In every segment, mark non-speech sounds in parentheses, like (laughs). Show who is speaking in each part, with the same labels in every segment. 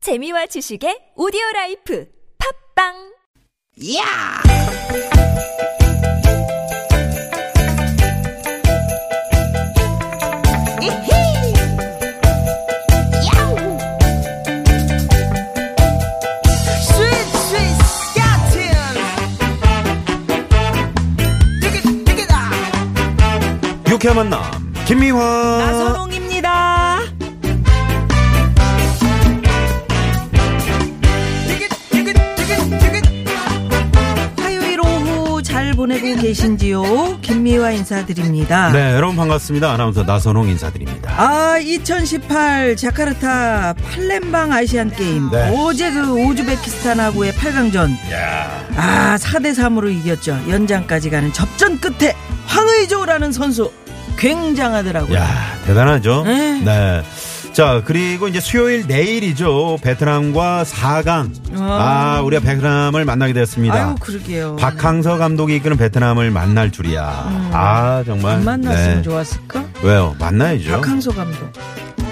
Speaker 1: 재미와 지식의 오디오 라이프 팝빵
Speaker 2: 야! 이히! 야우! 스윗, 스윗, 스캇틴! 띠깃, 띠깃아!
Speaker 3: 유쾌한 만남
Speaker 2: 아,
Speaker 3: 김미화
Speaker 2: 나선홍입니다! 띠깃, 띠깃, 띠깃, 띠깃!
Speaker 4: 화요일 오후 잘 보내고 계신지요? 김미화 인사드립니다.
Speaker 3: 네 여러분 반갑습니다 아나운서 나선홍 인사드립니다
Speaker 4: 아, 2018 자카르타 팔렘방 아시안 게임.
Speaker 3: 네.
Speaker 4: 어제 그 우즈베키스탄하고의 8강전. 아, 4대3으로 이겼죠. 연장까지 가는 접전 끝에 황의조라는 선수. 굉장하더라고요.
Speaker 3: 야 대단하죠
Speaker 4: 아. 네.
Speaker 3: 네자 그리고 이제 수요일 내일이죠 베트남과 4강
Speaker 4: 아.
Speaker 3: 아 우리가 베트남을 만나게 되었습니다
Speaker 4: 아유, 그러게요. 음.
Speaker 3: 박항서 감독이 이끄는 베트남을 만날 줄이야 아 정말
Speaker 4: 안 만났으면
Speaker 3: 네.
Speaker 4: 좋았을까?
Speaker 3: 왜요 만나야죠
Speaker 4: 박항서 감독.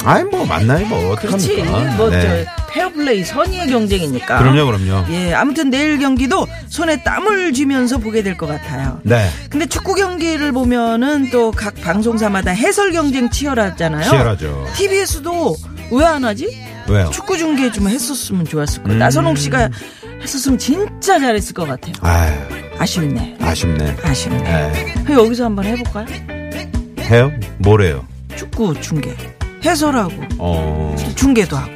Speaker 3: 아이 뭐 만나요 뭐
Speaker 4: 그렇지.
Speaker 3: 어떡합니까
Speaker 4: 뭐,
Speaker 3: 네.
Speaker 4: 저, 페어플레이 선의의 경쟁이니까.
Speaker 3: 그럼요 그럼요
Speaker 4: 예, 아무튼 내일 경기도 손에 땀을 쥐면서 보게 될 것 같아요.
Speaker 3: 네
Speaker 4: 근데 축구 경기를 보면은 또 각 방송사마다 해설 경쟁 치열하잖아요.
Speaker 3: 치열하죠
Speaker 4: TBS도 왜 안 하지?
Speaker 3: 왜요
Speaker 4: 축구 중계 좀 했었으면 좋았을
Speaker 3: 음.
Speaker 4: 거예요. 나선홍 씨가 했었으면 진짜 잘했을 것 같아요.
Speaker 3: 아
Speaker 4: 아쉽네.
Speaker 3: 아쉽네
Speaker 4: 아쉽네.
Speaker 3: 네.
Speaker 4: 그럼 여기서 한번 해볼까요?
Speaker 3: 해요 뭐래요
Speaker 4: 축구 중계. 해설하고,
Speaker 3: 어
Speaker 4: 중계도 하고.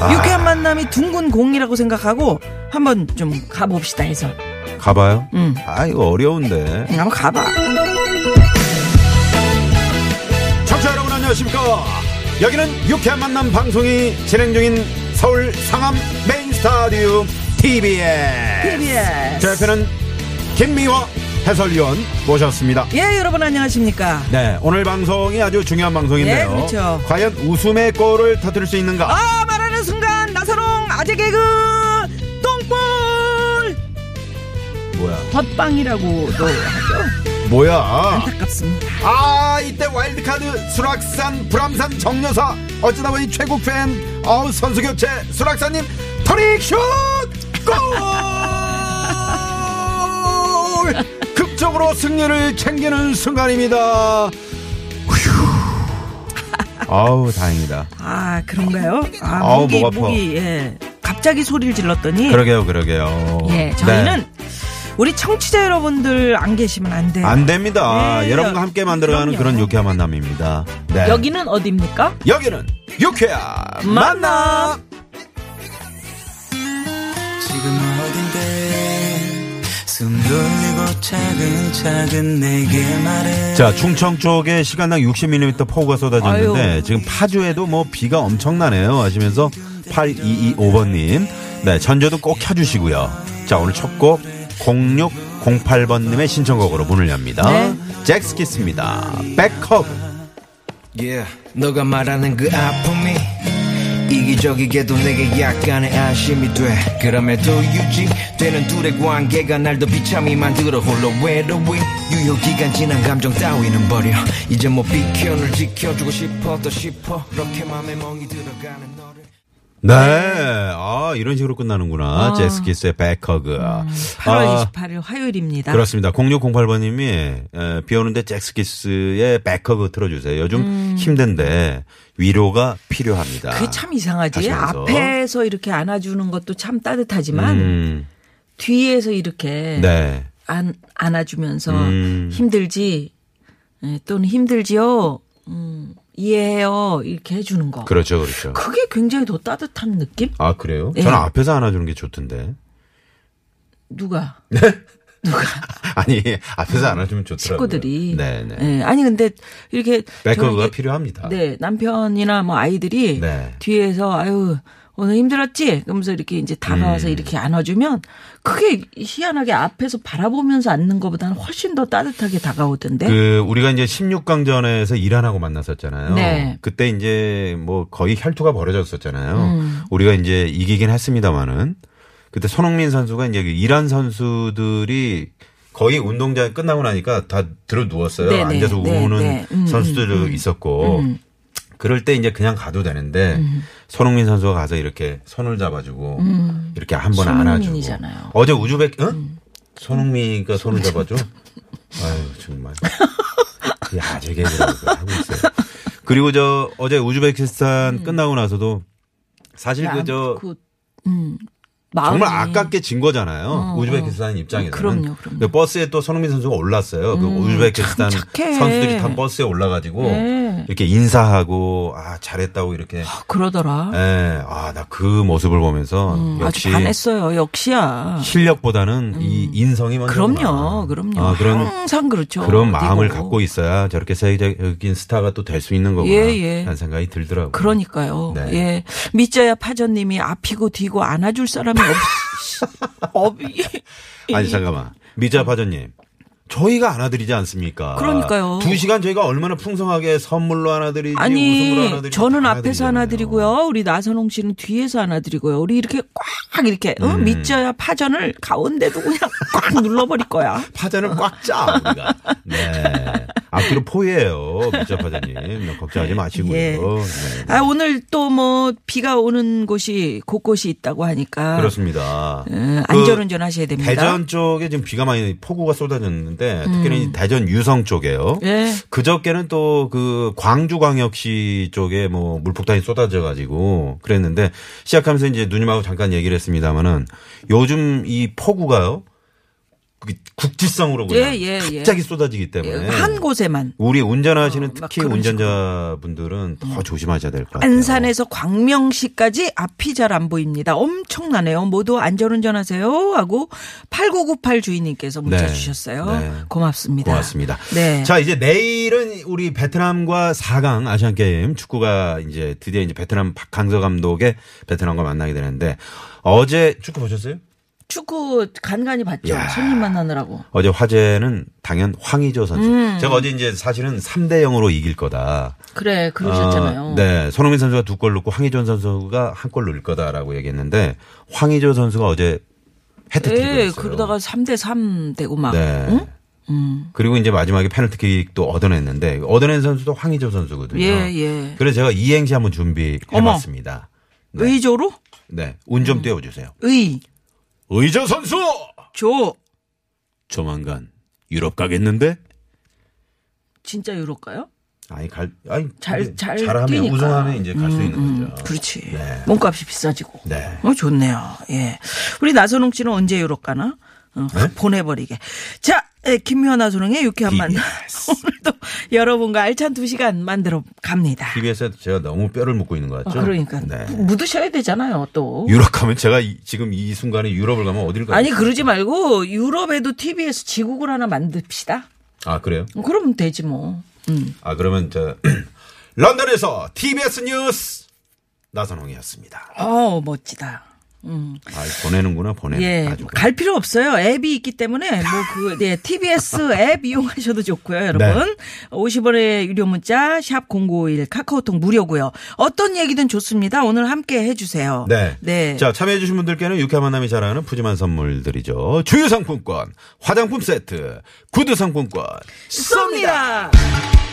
Speaker 3: 아.
Speaker 4: 유쾌한 만남이 둥근 공이라고 생각하고 한번 좀 가봅시다, 해설.
Speaker 3: 가봐요?
Speaker 4: 음.
Speaker 3: 아, 이거 어려운데.
Speaker 4: 한번 가봐.
Speaker 3: 청취자 여러분 안녕하십니까? 여기는 유쾌한 만남 방송이 진행 중인 서울 상암 메인 스타디움 TBS.
Speaker 4: TBS.
Speaker 3: 제 옆에는 김미화 해설위원 모셨습니다.
Speaker 4: 예, 여러분 안녕하십니까?
Speaker 3: 네, 오늘 방송이 아주 중요한 방송인데요.
Speaker 4: 네, 그렇죠.
Speaker 3: 과연 웃음의 골을 터뜨릴 수 있는가?
Speaker 4: 아, 말하는 순간 나선홍 아재 개그 똥볼
Speaker 3: 뭐야?
Speaker 4: 헛빵이라고도 하죠.
Speaker 3: 뭐야?
Speaker 4: 안타깝습니다.
Speaker 3: 아, 이때 와일드카드 수락산 불암산 정여사 어쩌다 보니 최고 팬 어우 선수 교체 수락산님 터릭슛
Speaker 4: (laughs)
Speaker 3: 골! 극적으로 승리를 챙기는 순간입니다. 휴. 아우 다행이다.
Speaker 4: 아, 그런가요? 아,
Speaker 3: 아우,
Speaker 4: 목이
Speaker 3: 목 아파.
Speaker 4: 목이 예. 갑자기 소리를 질렀더니
Speaker 3: 그러게요, 그러게요.
Speaker 4: 예, 저희는 우리 청취자 여러분들 안 계시면 안 돼요.
Speaker 3: 네. 안 됩니다.
Speaker 4: 네,
Speaker 3: 여러분과 함께 만들어가는
Speaker 4: 그럼요.
Speaker 3: 그런 유쾌한 만남입니다. 네.
Speaker 4: 여기는 어디입니까?
Speaker 3: 여기는 유쾌한 만남.
Speaker 5: 지금 어딘데 숨 돌리고 차근차근 내게
Speaker 4: 네.
Speaker 5: 말해
Speaker 3: 자, 충청 쪽에 시간당 60mm 폭우가 쏟아졌는데
Speaker 4: 아유.
Speaker 3: 지금 파주에도 뭐 비가 엄청나네요 하시면서 8225번님. 네, 전조도 꼭 켜주시고요. 자, 오늘 첫 곡 0608번님의 신청곡으로 문을 엽니다.
Speaker 4: 네.
Speaker 3: 잭스키스입니다. 백허브.
Speaker 5: yeah. 너가 말하는 그 아픔이 이기적이게도 내게 약간의 안심이 돼 그럼에도 유지되는 둘의 관계가 날 더 비참히 만들어 홀로 외로이 유효기간 지난 감정 따위는 버려 이제 뭐 비켜 널 지켜주고 싶었다 싶어 이렇게 맘에 멍이 들어가는 너를
Speaker 3: 네. 아, 이런 식으로 끝나는구나. 잭스키스의 백허그.
Speaker 4: 8월
Speaker 3: 아,
Speaker 4: 28일 화요일입니다.
Speaker 3: 그렇습니다. 0608번님이 비 오는데 잭스키스의 백허그 틀어주세요. 요즘 힘든데 위로가 필요합니다.
Speaker 4: 음. 그게 참 이상하지.
Speaker 3: 하시면서.
Speaker 4: 앞에서 이렇게 안아주는 것도 참 따뜻하지만
Speaker 3: 음,
Speaker 4: 뒤에서 이렇게
Speaker 3: 네.
Speaker 4: 안, 안아주면서
Speaker 3: 음.
Speaker 4: 힘들지 예, 또는 힘들지요. 음, 이해해요. 이렇게 해주는 거.
Speaker 3: 그렇죠, 그렇죠.
Speaker 4: 게 굉장히 더 따뜻한 느낌?
Speaker 3: 아, 그래요?
Speaker 4: 네.
Speaker 3: 저는 앞에서 안아주는 게 좋던데. (laughs)
Speaker 4: 누가
Speaker 3: 아니, 앞에서 안아주면 좋더라고요.
Speaker 4: 식구들이.
Speaker 3: 네, 네.
Speaker 4: 예, 아니 근데 이렇게
Speaker 3: 백허그가
Speaker 4: 저는 이게-
Speaker 3: 필요합니다.
Speaker 4: 네 남편이나 뭐 아이들이
Speaker 3: 네.
Speaker 4: 뒤에서 아유 오늘 힘들었지? 그러면서 이렇게 이제 다가와서
Speaker 3: 음.
Speaker 4: 이렇게 안아주면 그게 희한하게 앞에서 바라보면서 안는 것보다는 훨씬 더 따뜻하게 다가오던데.
Speaker 3: 그 우리가 이제 16강전에서 이란하고 만났었잖아요.
Speaker 4: 네.
Speaker 3: 그때 이제 뭐 거의 혈투가 벌어졌었잖아요.
Speaker 4: 음.
Speaker 3: 우리가 이제 이기긴 했습니다마는 그때 손흥민 선수가 이제 그 이란 선수들이 거의 운동장 끝나고 나니까 다 들어 누웠어요.
Speaker 4: 네네.
Speaker 3: 앉아서
Speaker 4: 네,
Speaker 3: 우는
Speaker 4: 네. 음,
Speaker 3: 선수들도 있었고 그럴 때 이제 그냥 가도 되는데 손흥민 선수가 가서 이렇게 손을 잡아주고 이렇게 한 번 안아주고
Speaker 4: 음. 손흥민이잖아요. 음.
Speaker 3: 어제 우즈벡 응? 손흥민이가 손을 잡아줘. 아유 정말. 야, 제 개그라고 하고 있어요. 그리고 저 어제 우즈베키스탄 끝나고 나서도 사실
Speaker 4: 음. 야,
Speaker 3: 그저
Speaker 4: 그, 음, 마음이
Speaker 3: 정말 아깝게 진 거잖아요. 우즈베키스탄 입장에서는.
Speaker 4: 어, 그럼요, 그럼요. 음,
Speaker 3: 근데 버스에 또 손흥민 선수가 올랐어요. 그 우즈베키스탄
Speaker 4: 참 착해.
Speaker 3: 선수들이 탄 버스에 올라가지고
Speaker 4: 네.
Speaker 3: 이렇게 인사하고 아 잘했다고 이렇게.
Speaker 4: 그러더라.
Speaker 3: 예, 아나 그 모습을 보면서
Speaker 4: 음, 아주
Speaker 3: 역시
Speaker 4: 반했어요. 역시야.
Speaker 3: 실력보다는 이 인성이 먼저.
Speaker 4: 그럼요, 그럼요.
Speaker 3: 아, 그런
Speaker 4: 항상 그렇죠.
Speaker 3: 그런 마음을
Speaker 4: 그리고.
Speaker 3: 갖고 있어야 저렇게 세계적인 스타가 또 될 수 있는 거구나.
Speaker 4: 예, 예.
Speaker 3: 라는 생각이 들더라고요.
Speaker 4: 그러니까요.
Speaker 3: 네.
Speaker 4: 예. 믿자야 파전님이 앞이고 뒤고 안아줄 사람이 없, 없이.
Speaker 3: 아니 잠깐만. 미자 파전님. 저희가 안아드리지 않습니까?
Speaker 4: 그러니까요.
Speaker 3: 두 시간 저희가 얼마나 풍성하게 선물로 안아드리지 웃음으로
Speaker 4: 아니,
Speaker 3: 안아드리지
Speaker 4: 저는
Speaker 3: 다
Speaker 4: 앞에서
Speaker 3: 안아드리잖아요.
Speaker 4: 안아드리고요. 우리 나선홍 씨는 뒤에서 안아드리고요. 우리 이렇게 꽉 이렇게, 어?
Speaker 3: 음.
Speaker 4: 믿자야 파전을 가운데도 그냥 꽉 눌러버릴 거야.
Speaker 3: 파전을 꽉 짜,
Speaker 4: (laughs)
Speaker 3: 우리가. 네. 앞뒤로 포예요. 미자 파전님. 네, 걱정하지 마시고요.
Speaker 4: 예.
Speaker 3: 네.
Speaker 4: 아, 오늘 또 뭐 비가 오는 곳이 곳곳이 있다고 하니까.
Speaker 3: 그렇습니다.
Speaker 4: 음,
Speaker 3: 그
Speaker 4: 안전운전 하셔야 됩니다.
Speaker 3: 대전 쪽에 지금 비가 많이 폭우가 쏟아졌는데 특히는 이 대전 유성 쪽에요.
Speaker 4: 음. 예.
Speaker 3: 그저께는 또 그 광주광역시 쪽에 뭐 물폭탄이 쏟아져 가지고 그랬는데 시작하면서 이제 누님하고 잠깐 얘기를 했습니다마는 요즘 이 폭우가요 그 국지성으로 그냥
Speaker 4: 예, 예, 예.
Speaker 3: 갑자기 쏟아지기 때문에
Speaker 4: 예, 한 곳에만.
Speaker 3: 우리 운전하시는
Speaker 4: 어, 막
Speaker 3: 특히
Speaker 4: 그런
Speaker 3: 운전자분들은 더 조심하셔야 될 것 같아요.
Speaker 4: 안산에서 광명시까지 앞이 잘 안 보입니다. 엄청나네요. 모두 안전운전하세요. 하고 8998 주인님께서 문자
Speaker 3: 네.
Speaker 4: 주셨어요.
Speaker 3: 네.
Speaker 4: 고맙습니다.
Speaker 3: 고맙습니다.
Speaker 4: 네.
Speaker 3: 자, 이제 내일은 우리 베트남과 4강 아시안 게임 축구가 이제 드디어 이제 베트남 박항서 감독의 베트남과 만나게 되는데 어제 축구 보셨어요?
Speaker 4: 축구 간간히 봤죠.
Speaker 3: 야.
Speaker 4: 손님 만나느라고.
Speaker 3: 어제 화제는 당연 황의조 선수.
Speaker 4: 음.
Speaker 3: 제가 어제 이제 사실은 3대 0으로 이길 거다.
Speaker 4: 그래, 그러셨잖아요.
Speaker 3: 어, 네. 손흥민 선수가 두 골 넣고 황의조 선수가 한 골 넣을 거다라고 얘기했는데 황의조 선수가 어제 해트트릭을
Speaker 4: 예,
Speaker 3: 했어요.
Speaker 4: 그러다가 3대3 되고 막.
Speaker 3: 네.
Speaker 4: 응? 음.
Speaker 3: 그리고 이제 마지막에 페널티킥도 얻어냈는데 얻어낸 선수도 황의조 선수거든요.
Speaker 4: 예, 예.
Speaker 3: 그래서 제가 이행시 한번 준비해봤습니다. 네.
Speaker 4: 의조로?
Speaker 3: 네, 운 좀 띄워주세요.
Speaker 4: 의,
Speaker 3: 의조 선수
Speaker 4: 조.
Speaker 3: 조만간 유럽 가겠는데?
Speaker 4: 진짜 유럽가요?
Speaker 3: 아니 갈 아니
Speaker 4: 잘-
Speaker 3: 이제
Speaker 4: 잘
Speaker 3: 잘하면
Speaker 4: 뛰니까. 음,
Speaker 3: 우승하면 이제 갈 수 있는 거죠.
Speaker 4: 그렇지.
Speaker 3: 네.
Speaker 4: 몸값이 비싸지고.
Speaker 3: 네.
Speaker 4: 어, 좋네요. 예. 우리 나선홍 씨는 언제 유럽 가나? 어,
Speaker 3: 네?
Speaker 4: 확 보내버리게. 자, 예, 김미화나 소롱의 유쾌한 만남. (laughs) 오늘도 여러분과 알찬 두 시간 만들어 갑니다.
Speaker 3: TV에서 제가 너무 뼈를 묻고 있는 것
Speaker 4: 어,
Speaker 3: 같죠?
Speaker 4: 그러니까.
Speaker 3: 네.
Speaker 4: 묻으셔야 되잖아요, 또.
Speaker 3: 유럽 가면 제가 이- 지금 이 순간에 유럽을 가면 어디를 가요?
Speaker 4: 아니, 그러지 말고 유럽에도 TV에서 지국을 하나 만듭시다.
Speaker 3: 아 그래요?
Speaker 4: 그러면 되지 뭐. 음.
Speaker 3: 아 그러면 저 (clears throat) 런던에서 TBS 뉴스 나선홍이었습니다.
Speaker 4: 어, 멋지다. 음.
Speaker 3: 아 보내는구나 보내.
Speaker 4: 예,
Speaker 3: 아주
Speaker 4: 갈 필요 없어요. 앱이 있기 때문에 뭐그 예, TBS 앱 이용하셔도 좋고요, 여러분. 50원의 유료 문자 샵 #051 카카오톡 무료고요. 어떤 얘기든 좋습니다. 오늘 함께 해주세요.
Speaker 3: 네.
Speaker 4: 네.
Speaker 3: 자, 참여해주신 분들께는 유쾌한 만남이 자랑하는 푸짐한 선물들이죠. 주유 상품권, 화장품 세트, 구두 상품권.
Speaker 4: 쏩니다.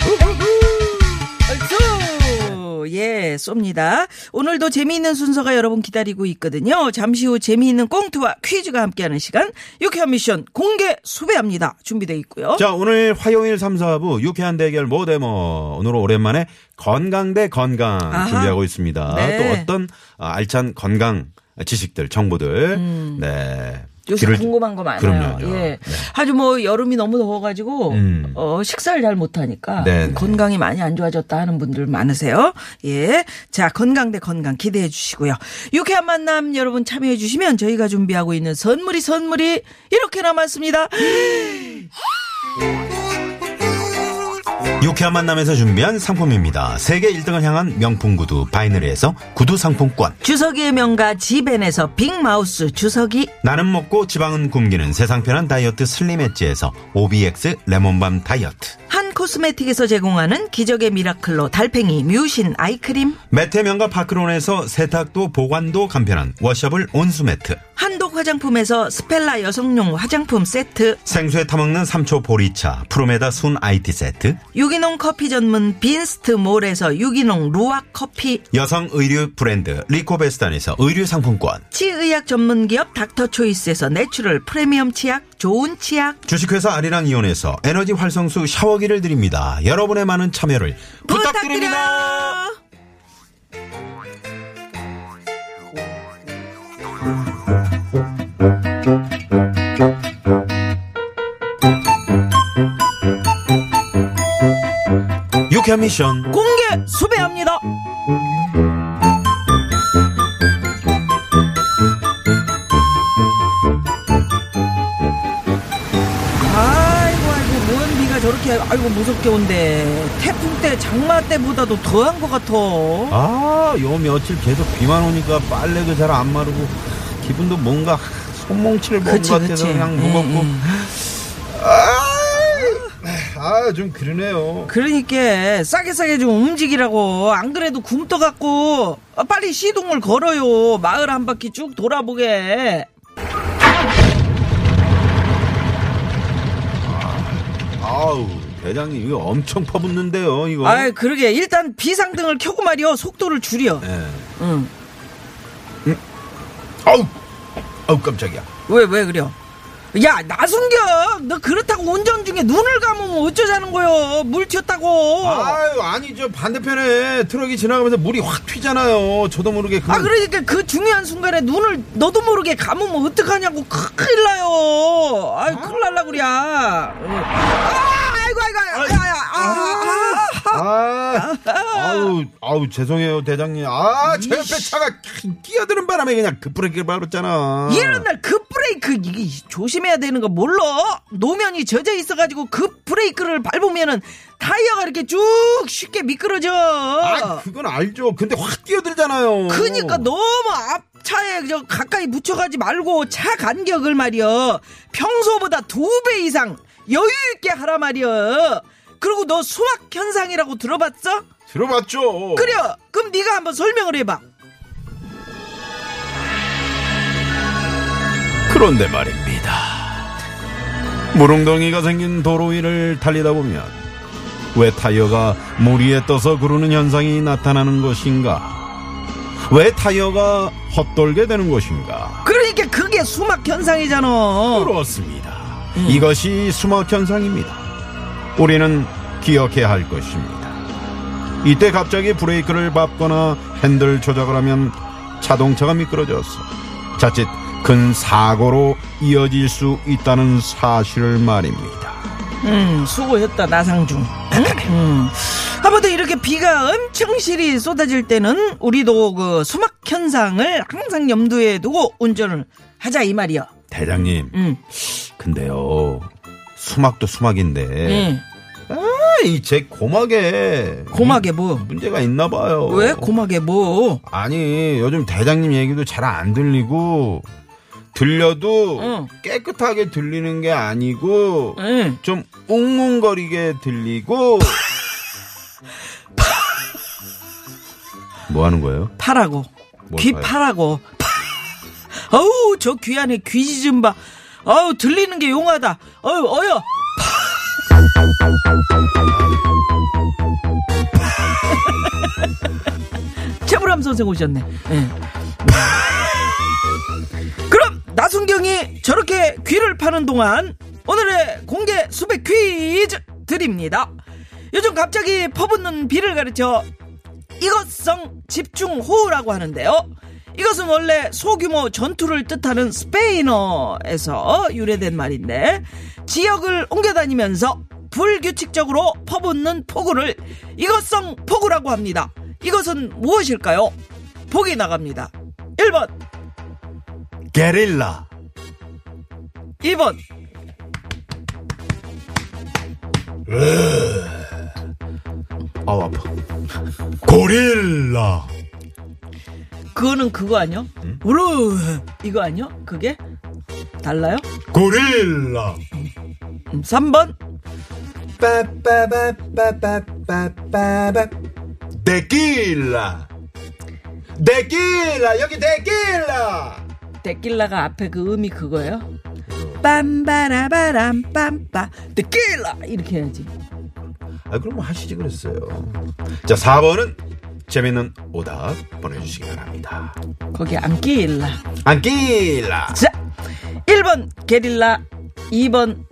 Speaker 4: 얼쑤! 예, 쏩니다. 오늘도 재미있는 순서가 여러분 기다리고 있거든요. 잠시 후 재미있는 꽁트와 퀴즈가 함께하는 시간 유쾌한 미션 공개 수배합니다. 준비되어 있고요.
Speaker 3: 자, 오늘 화요일 3, 4부 유쾌한 대결 모데모. 오늘 오랜만에 건강 대 건강
Speaker 4: 아하.
Speaker 3: 준비하고 있습니다.
Speaker 4: 네.
Speaker 3: 또 어떤 아, 알찬 건강 지식들, 정보들. 네.
Speaker 4: 음. 요새
Speaker 3: 귀를-
Speaker 4: 궁금한 거 많아요.
Speaker 3: 그럼요.
Speaker 4: 예.
Speaker 3: 네.
Speaker 4: 아주 뭐 여름이 너무 더워가지고
Speaker 3: 음.
Speaker 4: 어, 식사를 잘 못하니까
Speaker 3: 네네.
Speaker 4: 건강이 많이 안 좋아졌다 하는 분들 많으세요. 예, 자 건강 대 건강 기대해 주시고요. 유쾌한 만남 여러분 참여해 주시면 저희가 준비하고 있는 선물이 선물이 이렇게 남았습니다. (gasps)
Speaker 3: 유쾌한 만남에서 준비한 상품입니다. 세계 1등을 향한 명품 구두 바이너리에서 구두 상품권.
Speaker 4: 주석이의 명가 지벤에서 빅마우스 주석이
Speaker 3: 나는 먹고 지방은 굶기는 세상 편한 다이어트 슬림 엣지에서 OBX 레몬밤 다이어트
Speaker 4: 한 코스메틱에서 제공하는 기적의 미라클로 달팽이 뮤신 아이크림
Speaker 3: 매태면과 파크론에서 세탁도 보관도 간편한 워셔블 온수매트
Speaker 4: 한독 화장품에서 스펠라 여성용 화장품 세트,
Speaker 3: 생수에 타먹는 삼초 보리차 프로메다 순 IT 세트
Speaker 4: 유기농 커피 전문 빈스트 몰에서 유기농 루아 커피,
Speaker 3: 여성 의류 브랜드 리코베스탄에서 의류 상품권
Speaker 4: 치의학 전문 기업 닥터 초이스에서 내추럴 프리미엄 치약, 좋은 치약
Speaker 3: 주식회사 아리랑 이온에서 에너지 활성수 샤워기를 드립니다. 여러분의 많은 참여를 부탁드립니다.
Speaker 4: 부탁드려요.
Speaker 3: 유쾌한 미션
Speaker 4: 공개 수배합니다. 아이고 아이고 뭔 비가 저렇게 아이고 무섭게 온대. 태풍 때 장마 때보다도 더한 것 같아.
Speaker 3: 아, 요 며칠 계속 비만 오니까 빨래도 잘 안 마르고 기분도 뭔가 손뭉치를 먹은
Speaker 4: 그치,
Speaker 3: 것 같아서
Speaker 4: 그치.
Speaker 3: 그냥
Speaker 4: 예,
Speaker 3: 무겁고
Speaker 4: 예.
Speaker 3: 아, 좀 그러네요.
Speaker 4: 그러니까 싸게 싸게 좀 움직이라고 안 그래도 굶떠 갖고 아, 빨리 시동을 걸어요 마을 한 바퀴 쭉 돌아보게
Speaker 3: 아우, 대장님 이거 엄청 퍼붓는데요, 이거.
Speaker 4: 아이 그러게 일단 비상등을 켜고 말이요 속도를 줄여
Speaker 3: 예.
Speaker 4: 응.
Speaker 3: 아우. 아우 깜짝이야.
Speaker 4: 왜, 왜 그래요? 야, 나순경! 너 그렇다고 운전 중에 눈을 감으면 어쩌자는 거요? 물 튀었다고! 아,
Speaker 3: 아유, 아니 저 반대편에 트럭이 지나가면서 물이 확 튀잖아요. 저도 모르게 그냥-
Speaker 4: 그러니까 그 중요한 순간에 눈을 너도 모르게 감으면 어떡하냐고 크- 큰일 나요! 아이, 큰일 날라 그랴! 어. 아, 아이고, 아이고, 아이고, 아이고, 아, 아,
Speaker 3: 아, 아우, 아우 죄송해요 대장님. 아, 제 옆에 차가 끼어드는 바람에 그냥 급브레이크를 밟았잖아.
Speaker 4: 이런 날그 급브레이크, 이게 조심해야 되는 거 몰라? 노면이 젖어 있어가지고 그 급브레이크를 밟으면은 타이어가 이렇게 쭉 쉽게 미끄러져!
Speaker 3: 아, 그건 알죠. 근데 확 뛰어들잖아요.
Speaker 4: 그니까 너무 앞차에 저 가까이 묻혀가지 말고 차 간격을 말이여 평소보다 두 배 이상 여유 있게 하라 말이여 그리고 너 수학 현상이라고 들어봤어?
Speaker 3: 들어봤죠.
Speaker 4: 그래 그럼 네가 한번 설명을 해봐
Speaker 3: 그런데 말입니다. 무릉덩이가 생긴 도로 위를 달리다 보면 왜 타이어가 물 위에 떠서 구르는 현상이 나타나는 것인가? 왜 타이어가 헛돌게 되는 것인가?
Speaker 4: 그러니까 그게 수학 현상이잖아
Speaker 3: 그렇습니다. 이것이 수막 현상입니다. 우리는 기억해야 할 것입니다. 이때 갑자기 브레이크를 밟거나 핸들 조작을 하면 자동차가 미끄러져서 자칫 큰 사고로 이어질 수 있다는 사실을 말입니다.
Speaker 4: 음, 수고했다 나상중. 음. 아무튼 이렇게 비가 엄청 실이 쏟아질 때는 우리도 그 수막 현상을 항상 염두에 두고 운전을 하자 이 말이야.
Speaker 3: 대장님,
Speaker 4: 음.
Speaker 3: 근데요. 수막도 수막인데 아,
Speaker 4: 음.
Speaker 3: 이 제 고막에
Speaker 4: 고막에 뭐?
Speaker 3: 문제가 있나 봐요.
Speaker 4: 왜 고막에 뭐?
Speaker 3: 아니 요즘 대장님 얘기도 잘 안 들리고 들려도
Speaker 4: 응.
Speaker 3: 깨끗하게 들리는 게 아니고
Speaker 4: 응.
Speaker 3: 좀 웅웅거리게
Speaker 4: (laughs)
Speaker 3: 들리고 뭐 하는 거예요?
Speaker 4: 파라고.
Speaker 3: 뭘
Speaker 4: 귀
Speaker 3: 파요?
Speaker 4: 파라고. 어우 저 귀 안에 귀지 좀 봐. 어우 들리는 게 용하다. 어유 어여. (laughs) 최불암 선생 오셨네. 예. (laughs) 그럼 나순경이 저렇게 귀를 파는 동안 오늘의 공개 수백 퀴즈 드립니다. 요즘 갑자기 퍼붓는 비를 가르쳐 이것성 집중 호우라고 하는데요. 이것은 원래 소규모 전투를 뜻하는 스페인어에서 유래된 말인데 지역을 옮겨다니면서 불규칙적으로 퍼붓는 폭우를 이것성 폭우라고 합니다. 이것은 무엇일까요? 보기 나갑니다. 1번,
Speaker 3: 게릴라
Speaker 4: 2번,
Speaker 3: あわぱゴリラ
Speaker 4: 그거는 그거 아니요? 우르 이거 아니요? 그게 달라요?
Speaker 3: ゴリラ
Speaker 4: 음, 3번,
Speaker 3: パパパパパパパパデキーラデキーラよきデキーラ
Speaker 4: 데킬라가 앞에 그 음이 그거예요? 빰바라바람 빰빠 데킬라 이렇게 해야지.
Speaker 3: 아, 그럼 뭐 하시지 그랬어요. 자, 4번은 재밌는 오답 보내주시기 바랍니다.
Speaker 4: 거기 안 끼일라.
Speaker 3: 안길라,
Speaker 4: 자, 1번 게릴라, 2번,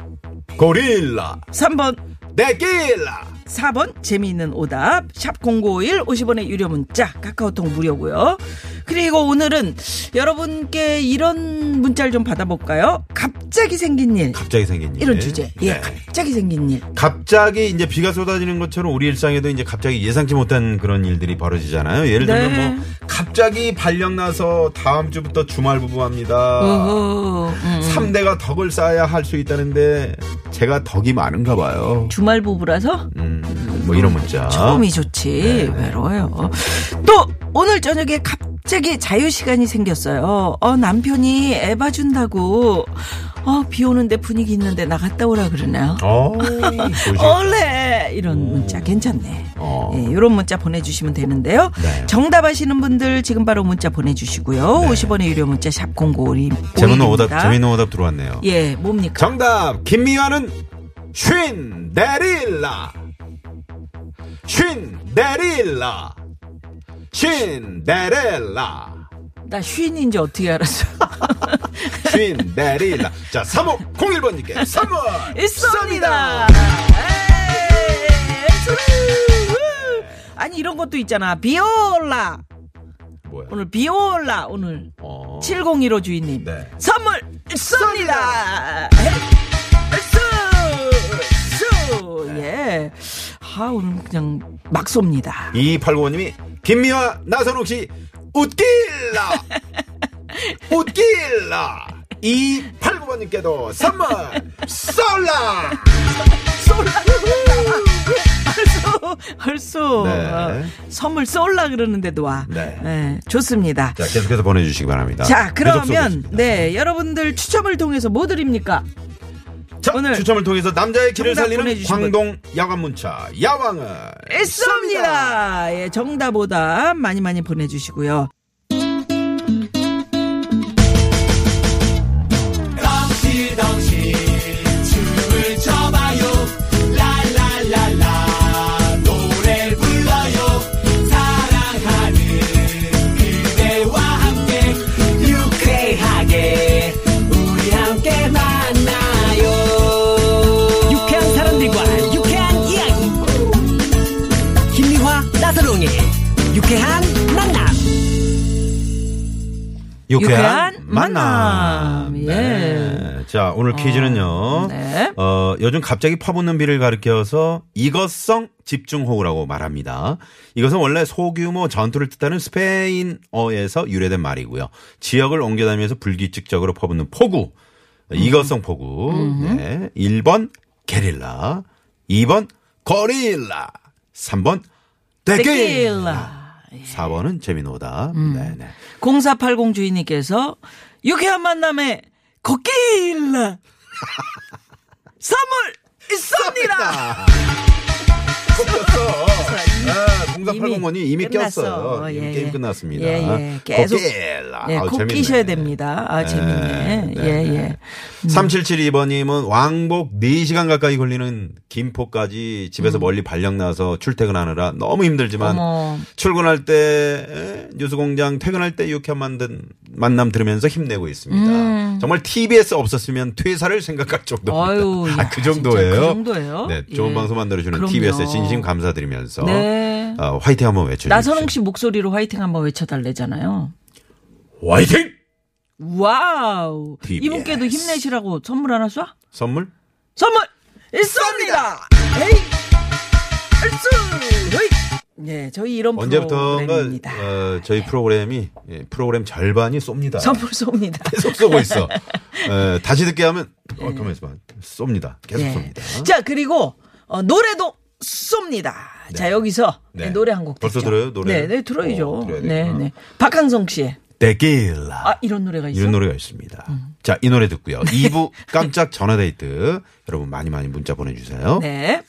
Speaker 3: 고릴라,
Speaker 4: 3번,
Speaker 3: 내길라.
Speaker 4: 4번 재미있는 오답 샵 0951 50원의 유료 문자 카카오톡 무료고요. 그리고 오늘은 여러분께 이런 문자를 좀 받아볼까요? 갑자기 생긴 일
Speaker 3: 갑자기 생긴 일.
Speaker 4: 이런 주제. 예,
Speaker 3: 네.
Speaker 4: 갑자기 생긴 일.
Speaker 3: 갑자기 이제 비가 쏟아지는 것처럼 우리 일상에도 이제 갑자기 예상치 못한 그런 일들이 벌어지잖아요. 예를 들면
Speaker 4: 네.
Speaker 3: 뭐 갑자기 발령 나서 다음 주부터 주말 부부합니다.
Speaker 4: 어허, 음.
Speaker 3: 3대가 덕을 쌓아야 할 수 있다는데 제가 덕이 많은가 봐요.
Speaker 4: 주말 부부라서
Speaker 3: 음, 뭐 이런 문자.
Speaker 4: 처음이
Speaker 3: 네,
Speaker 4: 좋지 외로워요. 또 오늘 저녁에 갑자기 자유 시간이 생겼어요. 어 남편이 애 봐준다고 어비 오는데 분위기 있는데 나갔다 오라 그러네요.
Speaker 3: 어,
Speaker 4: (laughs)
Speaker 3: 보시겠다.
Speaker 4: 올레 이런 문자 괜찮네.
Speaker 3: 음. 어.
Speaker 4: 예, 이런 문자 보내주시면 되는데요.
Speaker 3: 네.
Speaker 4: 정답 아시는 분들 지금 바로 문자 보내주시고요. 50원의 유료 문자 샵 공고리.
Speaker 3: 재밌는 오답, 재밌는 오답 들어왔네요.
Speaker 4: 예, 뭡니까?
Speaker 3: 정답 김미화는 쉰 데릴라 쉰 데릴라 쉰 데릴라
Speaker 4: 나 쉰인지 어떻게 알았어?
Speaker 3: 쉰 데릴라 자 3호 01번님께 선물
Speaker 4: 있습니다. 에이, 소리. 아니 이런 것도 있잖아. 비올라.
Speaker 3: 뭐야
Speaker 4: 오늘 비올라 오늘
Speaker 3: 어.
Speaker 4: 7015 주인님
Speaker 3: 네.
Speaker 4: 선물 있습니다. 수, 수.
Speaker 3: 네.
Speaker 4: 예. 아 오늘 그냥 막 쏩니다.
Speaker 3: (laughs) 2895님이 김미화 나선욱 씨
Speaker 4: (laughs)
Speaker 3: 웃길라 웃길라 289번님께도 선물 쏠라
Speaker 4: 헐수 헐수
Speaker 3: 네.
Speaker 4: 어, 선물 쏠라 그러는데도 와.
Speaker 3: 네.
Speaker 4: 네, 좋습니다.
Speaker 3: 자 계속해서 보내주시기 바랍니다
Speaker 4: 자,
Speaker 3: 계속
Speaker 4: 그러면
Speaker 3: 쏘겠습니다.
Speaker 4: 네, 여러분들 추첨을 통해서 뭐 드립니까?
Speaker 3: 자,
Speaker 4: 오늘
Speaker 3: 추첨을 통해서 남자의 길을
Speaker 4: 정답
Speaker 3: 살리는
Speaker 4: 보내주신
Speaker 3: 광동 야간 문자 야왕을
Speaker 4: 있습니다. 예, 정답 오답 많이 많이 보내 주시고요.
Speaker 6: 유쾌한 사람들과 유쾌한 이야기 김미화 나서롱의 유쾌한 만남
Speaker 4: 유쾌한 만남. 예. 어,
Speaker 3: 네. 자 오늘 퀴즈는요.
Speaker 4: 네.
Speaker 3: 어, 요즘 갑자기 퍼붓는 비를 가리켜서 이것성 집중호우라고 말합니다. 이것은 원래 소규모 전투를 뜻하는 스페인어에서 유래된 말이고요. 지역을 옮겨다니면서 불규칙적으로 퍼붓는 폭우. 이것성 폭우.
Speaker 4: 음.
Speaker 3: 네. 1번 게릴라. 2번 거릴라. 3번 데길라.
Speaker 4: 데킬라.
Speaker 3: 4번은 재미노다.
Speaker 4: 음.
Speaker 3: 네네.
Speaker 4: 0480 주인님께서 유쾌한 만남에 거길라. 선물 아,
Speaker 3: 아,
Speaker 4: 있습니다. 아, 이미
Speaker 3: 0480번이 이미
Speaker 4: 끝났어.
Speaker 3: 꼈어요.
Speaker 4: 어,
Speaker 3: 이미
Speaker 4: 예,
Speaker 3: 게임
Speaker 4: 예.
Speaker 3: 끝났습니다.
Speaker 4: 예, 예. 계속
Speaker 3: 코끼라.
Speaker 4: 예,
Speaker 3: 아우,
Speaker 4: 꼭
Speaker 3: 재밌네.
Speaker 4: 끼셔야 됩니다. 아, 재밌네.
Speaker 3: 네,
Speaker 4: 예,
Speaker 3: 네.
Speaker 4: 예.
Speaker 3: 3772번님은 왕복 4시간 가까이 걸리는 김포까지 집에서 멀리 발령 나서 출퇴근하느라 너무 힘들지만
Speaker 4: 음. 어머.
Speaker 3: 출근할 때 에, 뉴스공장 퇴근할 때 유쾌한 만든 만남 들으면서 힘내고 있습니다. 정말 TBS 없었으면 퇴사를 생각할 정도입니다.
Speaker 4: 음. 아유,
Speaker 3: 아,
Speaker 4: 야,
Speaker 3: 그
Speaker 4: 진짜
Speaker 3: 정도예요.
Speaker 4: 그 정도예요?
Speaker 3: 네, 좋은
Speaker 4: 예.
Speaker 3: 방송 만들어주는
Speaker 4: 그럼요.
Speaker 3: TBS에 진심 감사드리면서
Speaker 4: 네.
Speaker 3: 어, 화이팅 한번 외쳐주십시오.
Speaker 4: 나선홍 씨 목소리로 화이팅 한번 외쳐달래잖아요.
Speaker 3: 화이팅!
Speaker 4: 와우.
Speaker 3: TBS.
Speaker 4: 이분께도 힘내시라고 선물 하나 쏴?
Speaker 3: 선물?
Speaker 4: 선물 있습니다. 에이, 예, 저희 이런
Speaker 3: 언제부턴가
Speaker 4: 프로그램입니다.
Speaker 3: 어, 저희 프로그램이 예, 프로그램 절반이 쏩니다.
Speaker 4: 선물 쏩니다.
Speaker 3: 계속 쏘고 있어. 에, 다시 듣게 하면 어, 가만 있어봐. 쏩니다. 계속
Speaker 4: 예.
Speaker 3: 쏩니다.
Speaker 4: 자, 그리고 어, 노래도 쏩니다. 자, 여기서
Speaker 3: 네.
Speaker 4: 네, 노래 한 곡
Speaker 3: 벌써
Speaker 4: 듣죠.
Speaker 3: 들어요, 노래를?
Speaker 4: 네, 네, 들어야죠.
Speaker 3: 어, 들어야
Speaker 4: 네,
Speaker 3: 되구나.
Speaker 4: 네. 박항성 씨의
Speaker 3: 데킬라.
Speaker 4: 아, 이런 노래가 있어요. 음.
Speaker 3: 이런 노래가 있습니다. 자, 이 노래 듣고요. 2부 깜짝 전화데이트. 여러분 많이 많이 문자 보내주세요.
Speaker 4: 네.